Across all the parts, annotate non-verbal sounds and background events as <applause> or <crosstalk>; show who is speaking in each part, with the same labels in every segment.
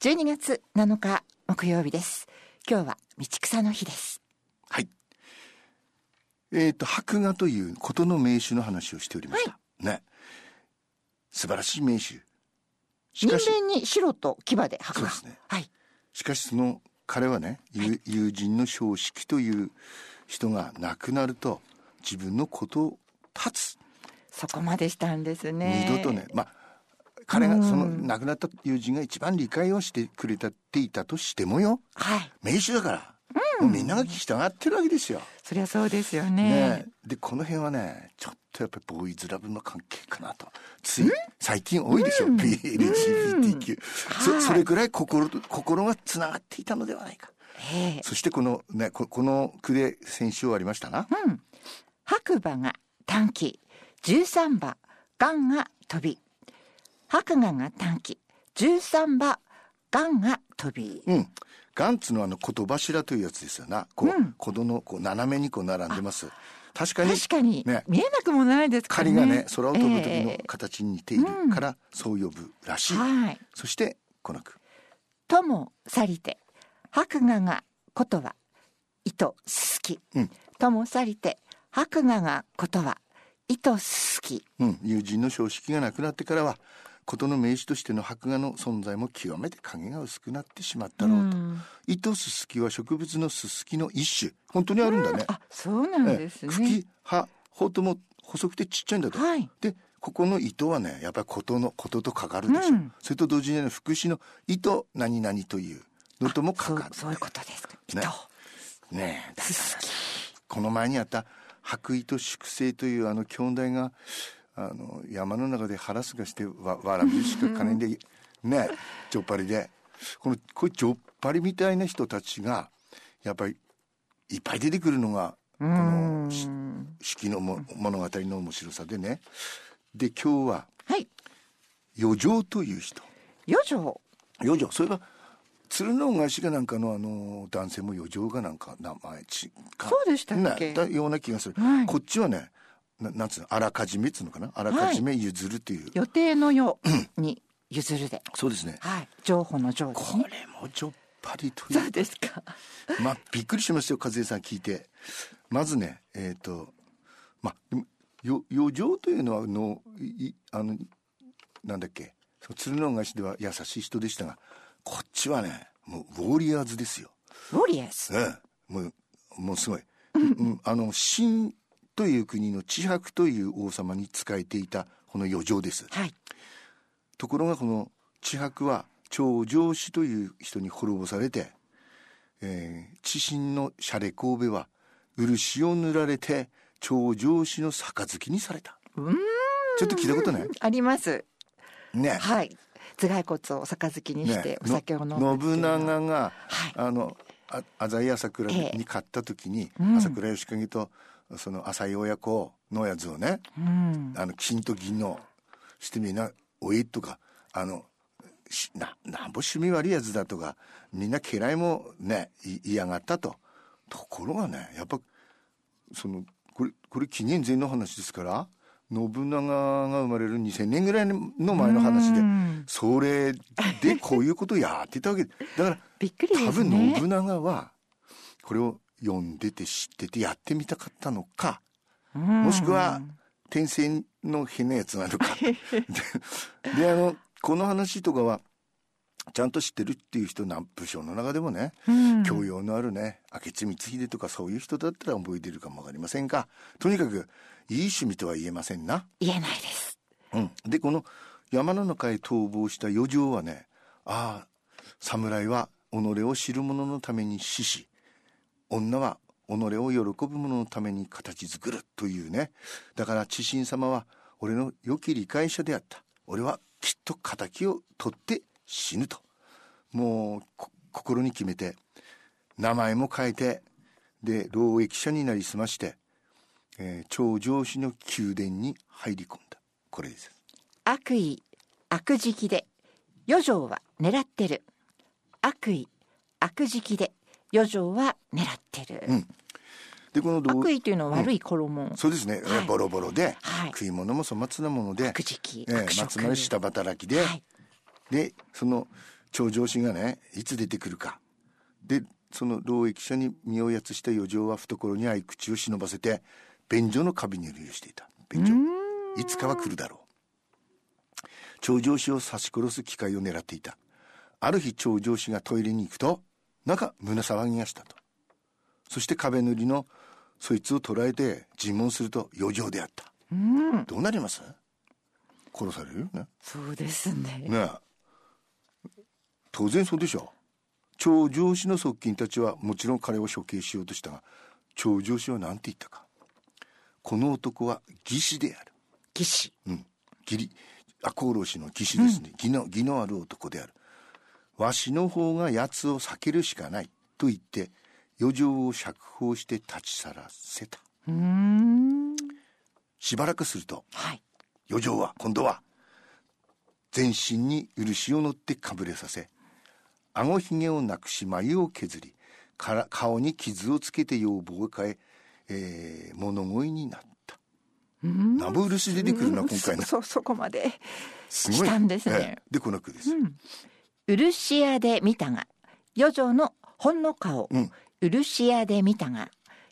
Speaker 1: 12月7日木曜日です今日は道草の日です
Speaker 2: はい。えっ、と、白画ということの名手の話をしておりました。ね。素晴らしい名手。し
Speaker 1: 人
Speaker 2: かし、
Speaker 1: 間に白と牙で白
Speaker 2: そう
Speaker 1: が
Speaker 2: ですね
Speaker 1: はい
Speaker 2: しかしその彼はね、友友人の正式という人が亡くなると、自分のことを断つ。
Speaker 1: そこまでしたんですね
Speaker 2: 二度とね、まあ、彼がその
Speaker 1: うん
Speaker 2: 亡くなった友人が一番理解をしてくれたっていたとしてもよ、
Speaker 1: はい
Speaker 2: 名手だから、もうみんなが従ってるわけですよ。
Speaker 1: そりゃそうですよね
Speaker 2: ねえ、でこの辺はねちょっとやっぱりボーイズラブの関係かなとつい最近多いでしょ、LGBTQ
Speaker 1: はい
Speaker 2: そそれくらい心と心がつながっていたのではないか
Speaker 1: ええ
Speaker 2: そしてこのねここの句で先週ありましたな
Speaker 1: うん、白馬が短期13馬雁が飛び白馬が短期13馬雁が飛び
Speaker 2: うんガンツのあの言柱というやつですよなこう、
Speaker 1: うん
Speaker 2: 子供のこう斜めにこう並んでます確かに
Speaker 1: 確かに
Speaker 2: ね
Speaker 1: 見えなくもないですから
Speaker 2: 狩
Speaker 1: ね
Speaker 2: りがね空を飛ぶ時の
Speaker 1: ええ
Speaker 2: 形に似ている
Speaker 1: うん
Speaker 2: から、そう呼ぶらしい、
Speaker 1: はい
Speaker 2: そしてこの句
Speaker 1: とも去りて白馬がことは糸すすき、
Speaker 2: うん
Speaker 1: とも去りて白馬がことは糸すすき
Speaker 2: うん、友人の正式がなくなってからは事の名詞としての白牙の存在も極めて影が薄くなってしまったろうと、
Speaker 1: ん
Speaker 2: 糸すすきは植物のすすきの一種本当にあるんだね、
Speaker 1: あそうなん
Speaker 2: ええ
Speaker 1: ですね、
Speaker 2: 茎葉穂とも細くてちっちゃいんだと、
Speaker 1: はい
Speaker 2: でここの糸はねやっぱりことのこととかかるで
Speaker 1: う
Speaker 2: しょ、
Speaker 1: ん
Speaker 2: それと同時にね副詞の糸何々というのともか
Speaker 1: そう
Speaker 2: かる
Speaker 1: そういうことですか糸、
Speaker 2: ねねえ
Speaker 1: すすき
Speaker 2: この前にあった白衣と粛清というあの兄弟があの山の中で腹すかしてわわらびしか金でねジョッパリでこのこういうジョッパリみたいな人たちがやっぱりいっぱい出てくるのが
Speaker 1: う
Speaker 2: のし
Speaker 1: ん
Speaker 2: 四季のも物語の面白さでねで今日は
Speaker 1: はい
Speaker 2: 余剰という人
Speaker 1: 余剰
Speaker 2: 余剰それが鶴の返しがなんかのあの男性も余剰がなんか名前ちか
Speaker 1: そうでしたっけ、
Speaker 2: ね、だような気がする、
Speaker 1: はい
Speaker 2: こっちはねななんつうのあらかじめっつうのかなあらかじめ譲るという、
Speaker 1: 予定のように譲るで
Speaker 2: そうですね
Speaker 1: はい情報の情
Speaker 2: こ
Speaker 1: 報
Speaker 2: れもちょっぱりとい
Speaker 1: そう
Speaker 2: う
Speaker 1: ですか
Speaker 2: まあびっくりしましたよ和江さん聞いてまずねえっ、とまあでもよ余剰というのはのいいあのなんだっけその鶴の恩返しでは優しい人でしたがこっちはねもうウォリアーズですよ
Speaker 1: ウォリエス
Speaker 2: ええ、もう、もうすごい。 <laughs> うんあの、秦という国の知博という王様に仕えていたこの余剰です。
Speaker 1: はい
Speaker 2: ところがこの知博は長城氏という人に滅ぼされて、えー、知心のシャレ神戸は漆を塗られて長城氏の杯にされた。
Speaker 1: うーん
Speaker 2: ちょっと聞いたことない
Speaker 1: あります
Speaker 2: ね。
Speaker 1: はい頭蓋骨を杯にして
Speaker 2: ね
Speaker 1: お酒を飲む
Speaker 2: の
Speaker 1: っていう
Speaker 2: 信
Speaker 1: のは
Speaker 2: 長が、
Speaker 1: はい
Speaker 2: あのあ浅井朝倉
Speaker 1: ええ
Speaker 2: に買った時に、
Speaker 1: うん
Speaker 2: 朝倉義景とその浅井親子のやつをね、
Speaker 1: うん
Speaker 2: あの金と銀のしてみんな「おい」とかあのしななんぼ趣味悪いやつだとかみんな嫌いもねい嫌がったとところがねやっぱそのこれこれ紀元前の話ですから信長が生まれる2000年ぐらいの前の話で
Speaker 1: うん
Speaker 2: それでこういうことをやってたわけだから
Speaker 1: びっくりで
Speaker 2: 多
Speaker 1: す
Speaker 2: 分
Speaker 1: ね
Speaker 2: 信長はこれを読んでて知っててやってみたかったのか
Speaker 1: も
Speaker 2: もしくは天性の変なやつなの <laughs> かでであのこの話とかはちゃんと知ってるっていう人なん武将の中でもね教養のあるね明智光秀とかそういう人だったら覚えてるかもわかりませんがとにかくいい趣味とは言えませんな。
Speaker 1: 言えないです
Speaker 2: うん、でこの山の中へ逃亡した余剰はねああ侍は己を知る者のために死し女は己を喜ぶ者のために形作るというねだから知心様は俺の良き理解者であった俺はきっと敵を取って死ぬともうこ心に決めて名前も変えてで労役者になりすまして、えー、長城氏の宮殿に入り込んだこれです
Speaker 1: 悪意悪食で余剰は狙ってる悪意悪食で余剰は狙ってる、
Speaker 2: うんでこの動
Speaker 1: 悪意というのは悪い衣、
Speaker 2: そうですね、えー
Speaker 1: はい
Speaker 2: ボロボロで、
Speaker 1: はい
Speaker 2: 食い物も粗末なもので
Speaker 1: 悪食、
Speaker 2: えー
Speaker 1: 悪
Speaker 2: まあ
Speaker 1: 食
Speaker 2: つまり下働きで、
Speaker 1: はい
Speaker 2: でその頂上神がねいつ出てくるかでその労役者に身をやつした余剰は懐に合い口を忍ばせて便所の壁に流していた便所いつかは来るだろう頂上氏を刺し殺す機会を狙っていたある日頂上氏がトイレに行くとなんか胸騒ぎがしたとそして壁塗りのそいつを捕らえて尋問すると余剰であった
Speaker 1: うん、
Speaker 2: どうなります殺されるよね
Speaker 1: そうですね。
Speaker 2: ねえ当然そうでしょ頂上氏の側近たちはもちろん彼を処刑しようとしたが頂上氏は何て言ったかこの男は義士である
Speaker 1: 騎士。
Speaker 2: うん義理赤穂浪士の義士ですね、義の義のある男であるわしの方が奴を避けるしかないと言って余剰を釈放して立ち去らせた
Speaker 1: うーん。
Speaker 2: しばらくすると
Speaker 1: はい。
Speaker 2: 余剰は今度は全身に漆を塗ってかぶれさせ顎ひげをなくし眉を削りから顔に傷をつけて要望を変ええー物乞いになった
Speaker 1: うん
Speaker 2: ナブ漆出てくるな
Speaker 1: うん
Speaker 2: 今回の
Speaker 1: そそそこまで。
Speaker 2: すご
Speaker 1: 来
Speaker 2: い
Speaker 1: たんですね
Speaker 2: ええでこの句です、
Speaker 1: 漆屋で見たが余剰のほんの顔、
Speaker 2: うん
Speaker 1: 漆屋で見たが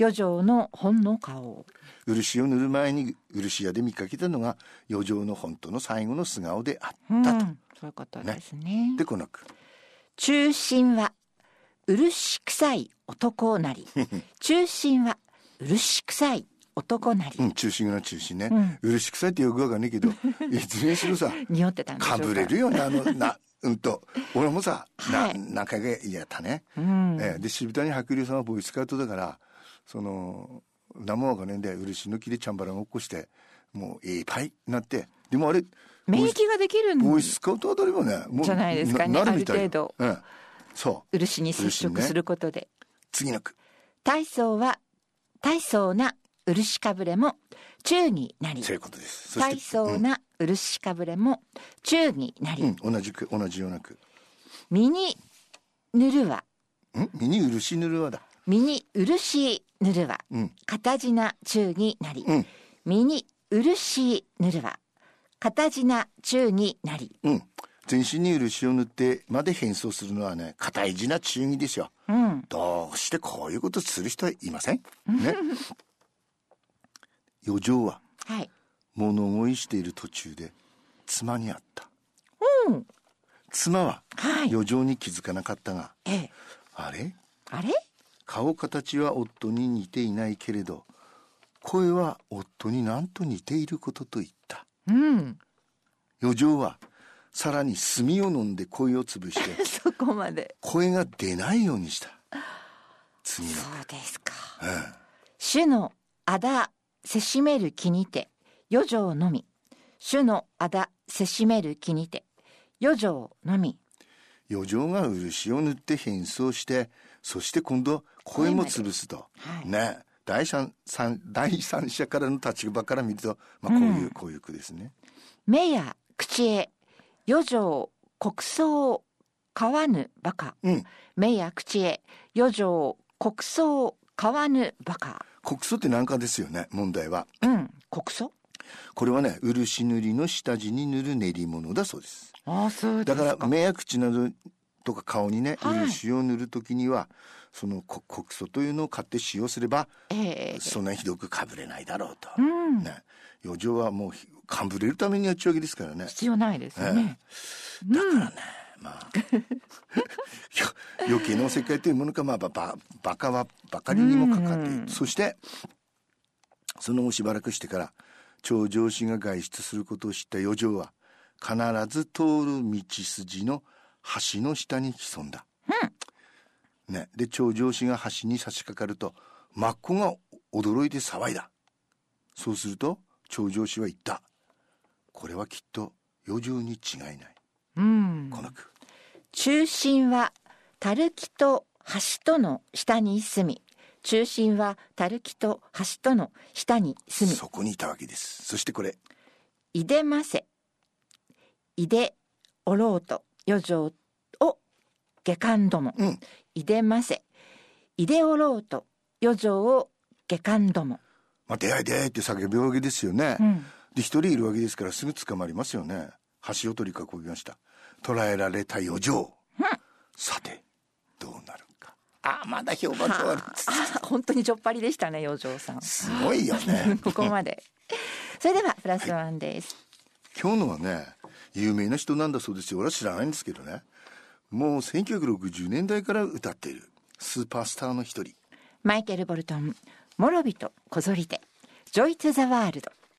Speaker 1: 余剰のほんの顔
Speaker 2: 漆を塗る前に漆屋で見かけたのが余剰の本当の最後の素顔であ
Speaker 1: うん
Speaker 2: ったと、
Speaker 1: そういうことですね
Speaker 2: でこの句
Speaker 1: 中心は漆臭い男なり中心は漆臭い男なり、
Speaker 2: うん中心の中心ね、
Speaker 1: うん
Speaker 2: 漆臭いってよくわかんないけどいずれにしろさ
Speaker 1: 匂ってたんでしょ
Speaker 2: か
Speaker 1: うか
Speaker 2: ぶれるよねあのなうんと俺もさ、
Speaker 1: はい
Speaker 2: な何回かやったね、
Speaker 1: うん、
Speaker 2: ええで渋谷白龍さんはボーイスカウトだからその何もわかんないんで漆の木でチャンバラごっこしてもういっぱいなってでもあれ
Speaker 1: 免疫ができるん
Speaker 2: ボーイスカウトあたりもねもう
Speaker 1: じゃないですかね
Speaker 2: るみた
Speaker 1: あ
Speaker 2: いよ
Speaker 1: る程度
Speaker 2: うん、そう
Speaker 1: 漆に接
Speaker 2: 漆
Speaker 1: 触
Speaker 2: ね
Speaker 1: することで、
Speaker 2: 次の句
Speaker 1: 大層は大層な漆かぶれも中になり
Speaker 2: そういうことですそして
Speaker 1: 大層な漆かぶれも宙になり、
Speaker 2: うん、同じく同じような句
Speaker 1: 身に塗るは
Speaker 2: ん身に漆塗るわだ
Speaker 1: 身に漆塗るは
Speaker 2: うん
Speaker 1: 形な宙になり、
Speaker 2: うん
Speaker 1: 身に漆塗るは形な宙になり、
Speaker 2: うん全身に漆を塗ってまで変装するのはね堅い地な忠義ですよ
Speaker 1: うん、
Speaker 2: どうしてこういうことする人はいません
Speaker 1: <laughs>
Speaker 2: ね余剰は
Speaker 1: はい、
Speaker 2: 物乞いしている途中で妻に会った
Speaker 1: うん、
Speaker 2: 妻は
Speaker 1: はい、
Speaker 2: 余剰に気づかなかったが
Speaker 1: ええ、
Speaker 2: あれ
Speaker 1: あれ、
Speaker 2: 顔形は夫に似ていないけれど声は夫になんと似ていることと言った
Speaker 1: うん、 <laughs>
Speaker 2: 余剰はさらに炭を飲んで声を潰して
Speaker 1: そこまで、
Speaker 2: 声が出ないようにした次の
Speaker 1: そうですか。
Speaker 2: うん
Speaker 1: 主のあだせしめる気にて余剰のみ主のあだせしめる気にて余剰のみ
Speaker 2: 余剰が漆を塗って変装してそして今度声も潰すと、
Speaker 1: はい
Speaker 2: ね第三三第三者からの立場から見ると、まあ、こういう、
Speaker 1: うん
Speaker 2: こういう句ですね
Speaker 1: 目や口へ余剰国葬買わぬばか、
Speaker 2: うん
Speaker 1: 目や口へ余剰国葬買わぬばか
Speaker 2: 国葬って何かですよね問題は
Speaker 1: うん国葬
Speaker 2: これはね漆塗りの下地に塗る練り物だそうです
Speaker 1: ああそう
Speaker 2: だから目や口などとか顔にね、
Speaker 1: はい
Speaker 2: 漆を塗るときにはそのこ黒素というのを買って使用すれば
Speaker 1: ええ
Speaker 2: そんなにひどくかぶれないだろうと、
Speaker 1: うん、
Speaker 2: ね、余剰はもうひかぶれるためにやっちゃうわけですからね
Speaker 1: 必要ないですね、
Speaker 2: だからね、まあよ余計なおせっかいというものかまあばばバカはばかりにもかかっている、
Speaker 1: うん
Speaker 2: そしてその後しばらくしてから頂上氏が外出することを知った余剰は必ず通る道筋の橋の下に潜んだ、ね、で頂上氏が橋に差し掛かると真っ子が驚いて騒いだそうすると頂上氏は言ったこれはきっと余剰に違いない
Speaker 1: うん
Speaker 2: この句
Speaker 1: 中心はたるきと橋との下に住み中心はたるきと橋との下に住み
Speaker 2: そこにいたわけですそしてこれ
Speaker 1: いでませいでおろうと余剰を下巻ども
Speaker 2: うん
Speaker 1: いでませいでおろうと余剰を下巻ども、
Speaker 2: まあ出会い出会いって叫ぶわけですよね、
Speaker 1: うん
Speaker 2: で一人いるわけですからすぐ捕まりますよね橋を取り囲みました捕らえられた余剰さてどうなるかあまだ評判変わる
Speaker 1: あー本当にちょっぱりでしたね洋上さん
Speaker 2: すごいよ
Speaker 1: <laughs>
Speaker 2: ね
Speaker 1: ここまでそれではプラスワンです、
Speaker 2: 今日のはね有名な人なんだそうですよ俺は知らないんですけどねもう1960年代から歌っているスーパースターの一人
Speaker 1: マイケル・ボルトン「モロビと小ぞりで」「ジョイ・トゥ・ザ・ワールド」